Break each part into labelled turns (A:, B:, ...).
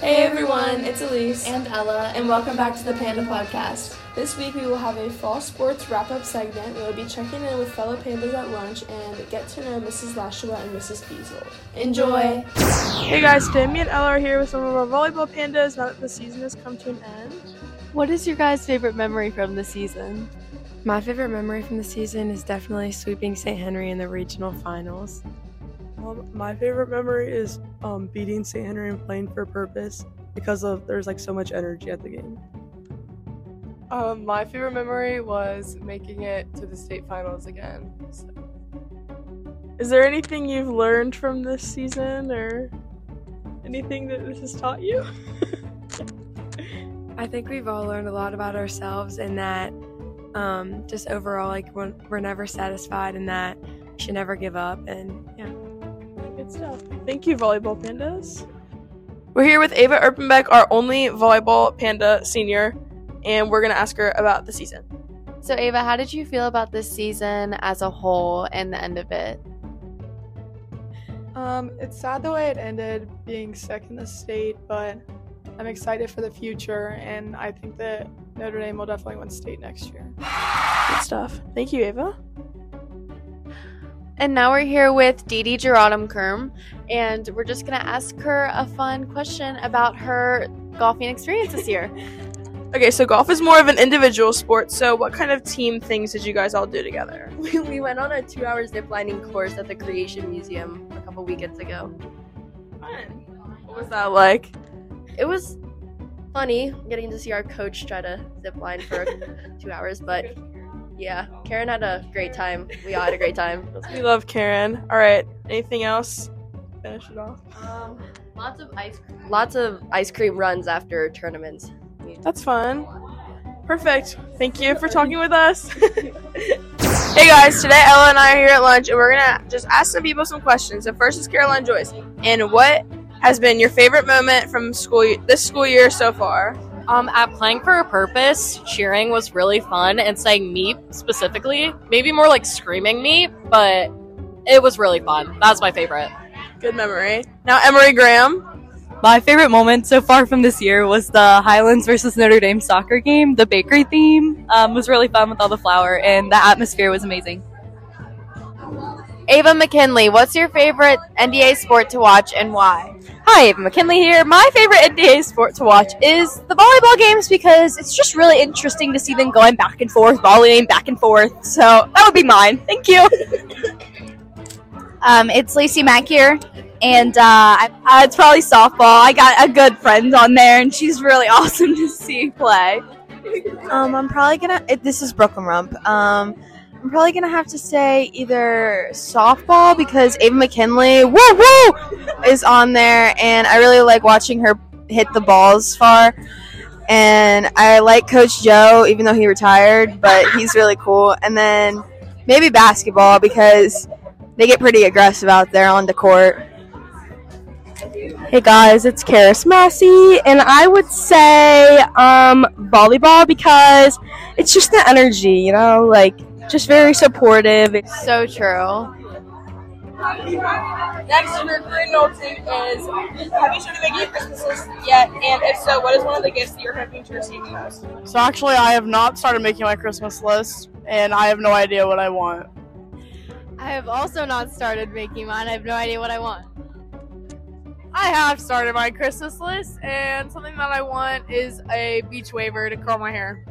A: Hey everyone, it's Elise,
B: and Ella,
A: and welcome back to the Panda Podcast. This week we will have a fall sports wrap up segment. We will be checking in with fellow pandas at lunch and get to know Mrs. Lashua and Mrs. Beazle. Enjoy! Hey guys, Tammy and Ella are here with some of our volleyball pandas now that the season has come to an end.
B: what is your guys' favorite memory from the season?
C: My favorite memory from the season is definitely sweeping St. Henry in the regional finals.
D: Um, my favorite memory is um, beating St. Henry and playing for purpose because of there's like so much energy at the game.
E: Um, my favorite memory was making it to the state finals again. So,
A: Is there anything you've learned from this season or anything that this has taught you?
C: I think we've all learned a lot about ourselves and that um, just overall, like, we're, we're never satisfied and that we should never give up. And yeah.
A: Good stuff. Thank you, Volleyball Pandas. We're here with Ava Erpenbeck, our only volleyball panda senior, and we're going to ask her about the season.
B: So, Ava, how did you feel about this season as a whole and the end of it?
F: Um, it's sad the way it ended being second in the state, but I'm excited for the future, and I think that Notre Dame will definitely win state next year.
A: Good stuff. Thank you, Ava.
B: And now we're here with Dee Dee Gerardum Kerm, and we're just going to ask her a fun question about her golfing experience this year.
A: Okay, so golf is more of an individual sport, so what kind of team things did you guys all do together?
G: we, we went on a two hour zip lining course at the Creation Museum a couple weekends ago.
A: Fun. What was that like?
G: It was funny getting to see our coach try to zip line for two hours, but yeah, Karen had a great time. We all had a great time.
A: We love Karen. All right, anything else? Finish it off.
G: Um, lots of ice cream. Lots of ice cream runs after tournaments.
A: That's fun. Perfect. Thank you for talking with us. hey guys, today Ella and I are here at lunch and we're gonna just ask some people some questions. The first is Caroline Joyce. And what has been your favorite moment from school this school year so far?
H: Um, at playing for a purpose, cheering was really fun, and saying "meep" specifically, maybe more like screaming "meep," but it was really fun. That's my favorite.
A: Good memory. Now Emery Graham.
I: My favorite moment so far from this year was the Highlands versus Notre Dame soccer game. The bakery theme um, was really fun with all the flour, and the atmosphere was amazing.
B: Ava McKinley, what's your favorite NDA sport to watch and why?
J: Hi, Ava McKinley here. My favorite NBA sport to watch is the volleyball games because it's just really interesting to see them going back and forth, volleying back and forth. So that would be mine. Thank you.
K: Um, it's Lacey Mack here, and uh, I,
J: Uh, it's probably softball. I got a good friend on there, and she's really awesome to see play.
L: Um, I'm probably gonna. It, this is Brooklyn Rump. Um, I'm probably gonna have to say either softball because Ava McKinley, woo woo, is on there, and I really like watching her hit the balls far. And I like Coach Joe, even though he retired, but he's really cool. And then maybe basketball because they get pretty aggressive out there on the court.
C: Hey guys, it's Karis Massey, and I would say um, volleyball because it's just the energy, you know, like just very supportive.
B: So true.
M: Next, your cardinal tip is have you started making your Christmas list yet? And if so, what is one of the gifts that you're hoping to receive the most?
N: So actually, I have not started making my Christmas list, and I have no idea what I want.
B: I have also not started making mine. I have no idea what I want.
O: I have started my Christmas list, and something that I want is a beach waiver to curl my hair.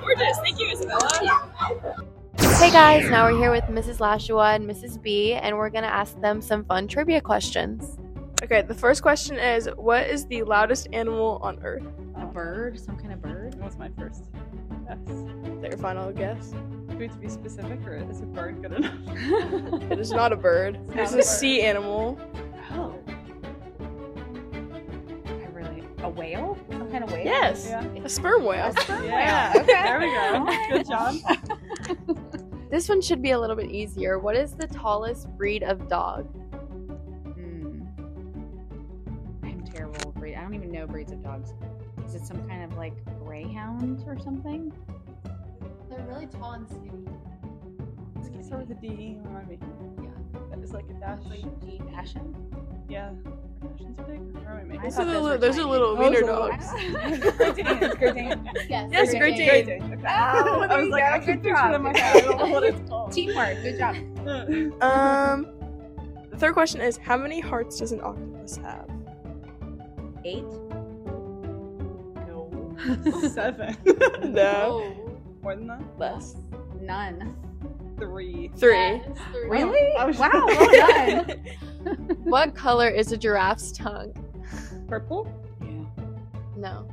M: Gorgeous. Thank you, Isabella.
B: Hey guys, now we're here with Mrs. Lashua and Mrs. B, and we're gonna ask them some fun trivia questions.
A: Okay, the first question is what is the loudest animal on earth?
P: A bird, some kind of bird. That was my first guess.
A: Is that your final guess?
P: Do we have to be specific, or is a bird good enough?
A: It is not a bird.
P: It's not
A: It's
P: a
A: a
P: bird.
A: sea animal.
P: Oh. I really a whale, some kind of whale.
A: Yes.
P: Yeah.
A: A sperm whale.
P: Yeah.
B: okay.
P: There we go. Good job.
B: This one should be a little bit easier. What is the tallest breed of dog?
P: Hmm. I'm terrible with breed. I don't even know breeds of dogs. Is it some kind of like greyhound or something?
B: They're really tall and skinny.
P: Let's get started with the D. Remind me. Yeah. That is like a dash. Like G. Dashing. Yeah. Dashing's big. Where am I
A: Those are the li- those are little wiener dogs.
P: Yes, great
A: Great
P: Dane.
A: Dane.
P: Wow.
A: I was like, I can picture them. I don't know what it's called.
P: Teamwork. Good job.
Q: Um,
A: the third question is how many hearts does an octopus have?
P: Eight.
J: Seven.
A: No.
J: More than that?
A: Less.
P: None.
J: Three.
A: Three.
P: Really?
J: I was-
P: Wow. Well done.
B: what color is a giraffe's tongue?
J: Purple?
B: No.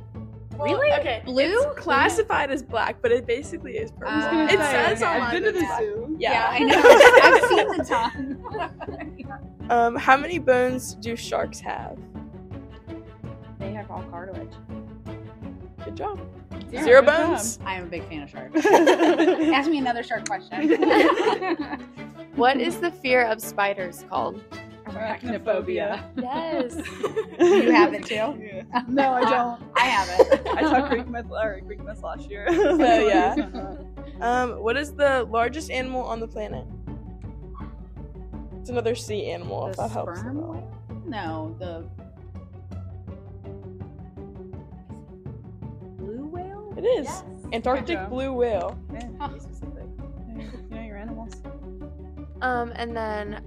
A: Really? Okay.
B: Blue?
A: It's classified as black, but it basically is purple.
J: Uh,
A: it says
J: okay, I've
A: online.
J: been
A: that
J: to the
A: it's black.
J: zoo.
A: Yeah.
J: Yeah, I know. I've seen the
A: tongue. um, how many bones do sharks have?
P: They have all cartilage.
A: Good job.
P: Zero,
A: Zero
P: good job.
A: bones.
P: I am a big fan of sharks. Ask me another shark question.
B: What is the fear of spiders called?
P: Arachnophobia.
B: Yes.
P: you have it too?
J: No, I don't.
P: I haven't.
J: I taught Greek myth or Greek myth last year.
A: So yeah. um, what is the largest animal on the planet? It's another sea animal. if
P: The
A: that helps. at
P: sperm
A: all.
P: No, the blue whale?
A: It is Antarctic blue whale.
J: You know your animals.
B: Um, and then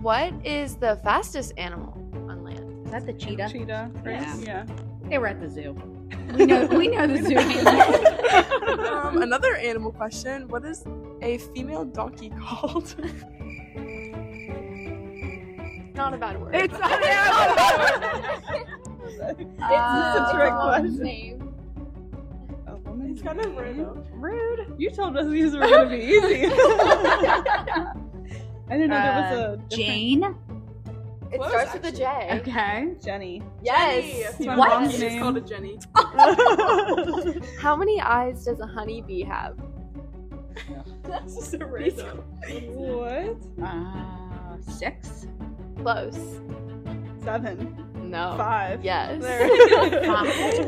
B: what is the fastest animal on land?
P: Is that the cheetah?
J: Cheetah, right? Yeah.
P: They were at the zoo. We know we know the zoo.
A: um, another animal question. What is a female donkey called?
B: Not a bad word.
A: It's not an
J: It's a trick
B: Um,
J: question. A woman. It's
A: kind of rude.
J: Rude. You told us these were gonna be easy. I didn't know there was a
P: Uh,
J: different-
P: Jane.
B: It starts with a J.
P: Okay.
J: Jenny.
B: Yes.
J: Jenny.
B: What?
J: Mom's name.
A: Called a Jenny.
B: How many eyes does a honeybee have?
J: That's just so random. What?
P: Uh, six.
B: Close.
J: Seven.
B: No.
J: Five.
B: Yes.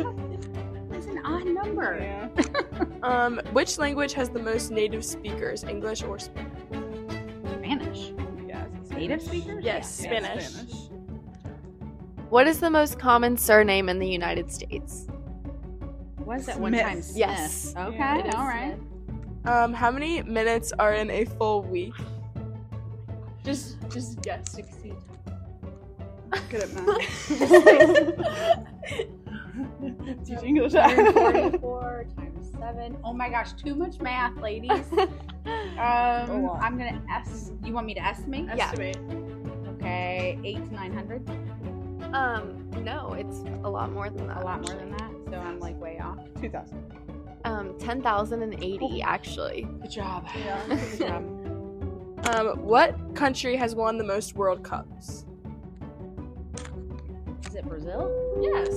P: Mm-hmm.
J: There.
P: That's an odd number.
A: Um, which language has the most native speakers, English or Spanish?
P: Spanish.
J: Yeah, is it
P: Native
J: Spanish?
P: speakers?
A: Yes,
J: Yeah,
A: Spanish.
B: What is the most common surname in the United States?
P: Was that one
A: Smith.
P: time? Smith?
B: Yes.
P: Okay.
A: Yeah, it is
P: all right.
A: Um, how many minutes are in a full week? Just, just guess. Sixty.
J: Good at math. Teach English. That's
P: 144 times seven. Oh my gosh, too much math, ladies. Um, I'm gonna S. You want me to estimate?
B: Estimate.
P: Yeah. Okay, eight to nine hundred.
B: Um, no, it's a lot more than that.
P: A lot more than that. So I'm like way off.
J: Two thousand.
B: Um, ten thousand and eighty actually.
P: Good job.
A: Um, what country has won the most World Cups?
P: Is it Brazil?
B: Yes.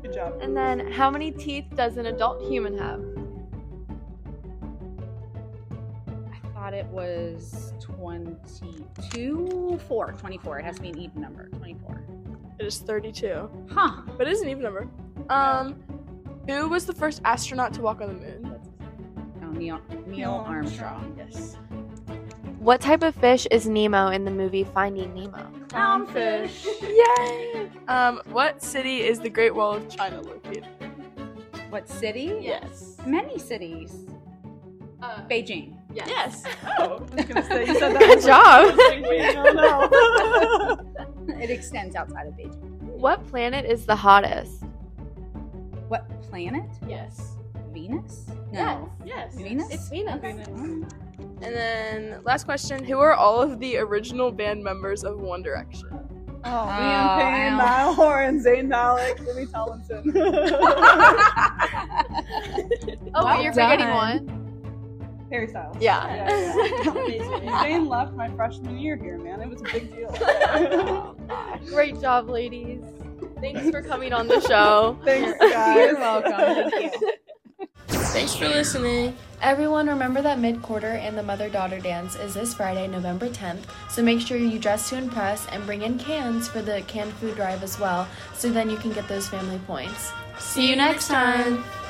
J: Good job.
B: And then, how many teeth does an adult human have?
P: I thought it was 22, 4, 24. It has to be an even number. 24.
A: It is thirty-two.
P: Huh.
A: But it is an even number. Um, who was the first astronaut to walk on the moon?
P: Oh, Neil, Neil Armstrong. Yes.
B: What type of fish is Nemo in the movie Finding Nemo?
P: Clownfish.
A: Yay! Um, what city is the Great Wall of China located?
P: What city?
A: Yes.
P: Many cities. Beijing.
A: Yes. Oh, I was gonna say
J: you said that Good was like- I was job. like, wait, no,
P: it extends outside of Beijing.
B: What planet is the hottest?
P: What planet?
A: Yes.
P: Venus? No.
A: Yes.
P: Venus?
B: Venus.
A: And then last question: Who are all of the original band members of One Direction?
J: Oh, Liam Payne, Niall Horan, Zayn Malik, Jimmy Tomlinson.
B: Oh,
J: Well
B: wait, you're forgetting
J: done.
B: one.
J: Harry Styles.
B: Yeah.
J: Zayn left my freshman year here, man. It was a big deal.
B: Great job, ladies. Thanks for coming on the show.
J: Thanks, guys. You're
B: welcome.
Q: Thanks for listening.
R: Everyone, remember that mid quarter and the mother daughter dance is this Friday, November 10th. So make sure you dress to impress and bring in cans for the canned food drive as well, so then you can get those family points. See you next time.